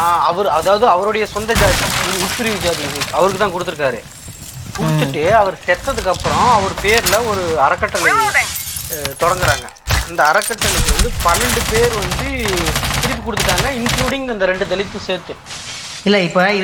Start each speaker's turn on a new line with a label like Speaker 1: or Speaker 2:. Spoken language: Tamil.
Speaker 1: ஆஹ் அவர் அதாவது அவருடைய சொந்த ஜாதி உட்பிரிவு ஜாதி அவருக்கு தான் கொடுத்துருக்காரு கொடுத்துட்டு அவர் செத்ததுக்கு அப்புறம் அவர் பேர்ல ஒரு அறக்கட்டளை அஹ், தொடங்குறாங்க அந்த அறக்கட்டளைக்கு வந்து பன்னெண்டு பேர் வந்து திருப்பி கொடுத்துட்டாங்க இன்க்ளூடிங் அந்த ரெண்டு தலித்து சேர்த்து
Speaker 2: இல்ல இப்ப இது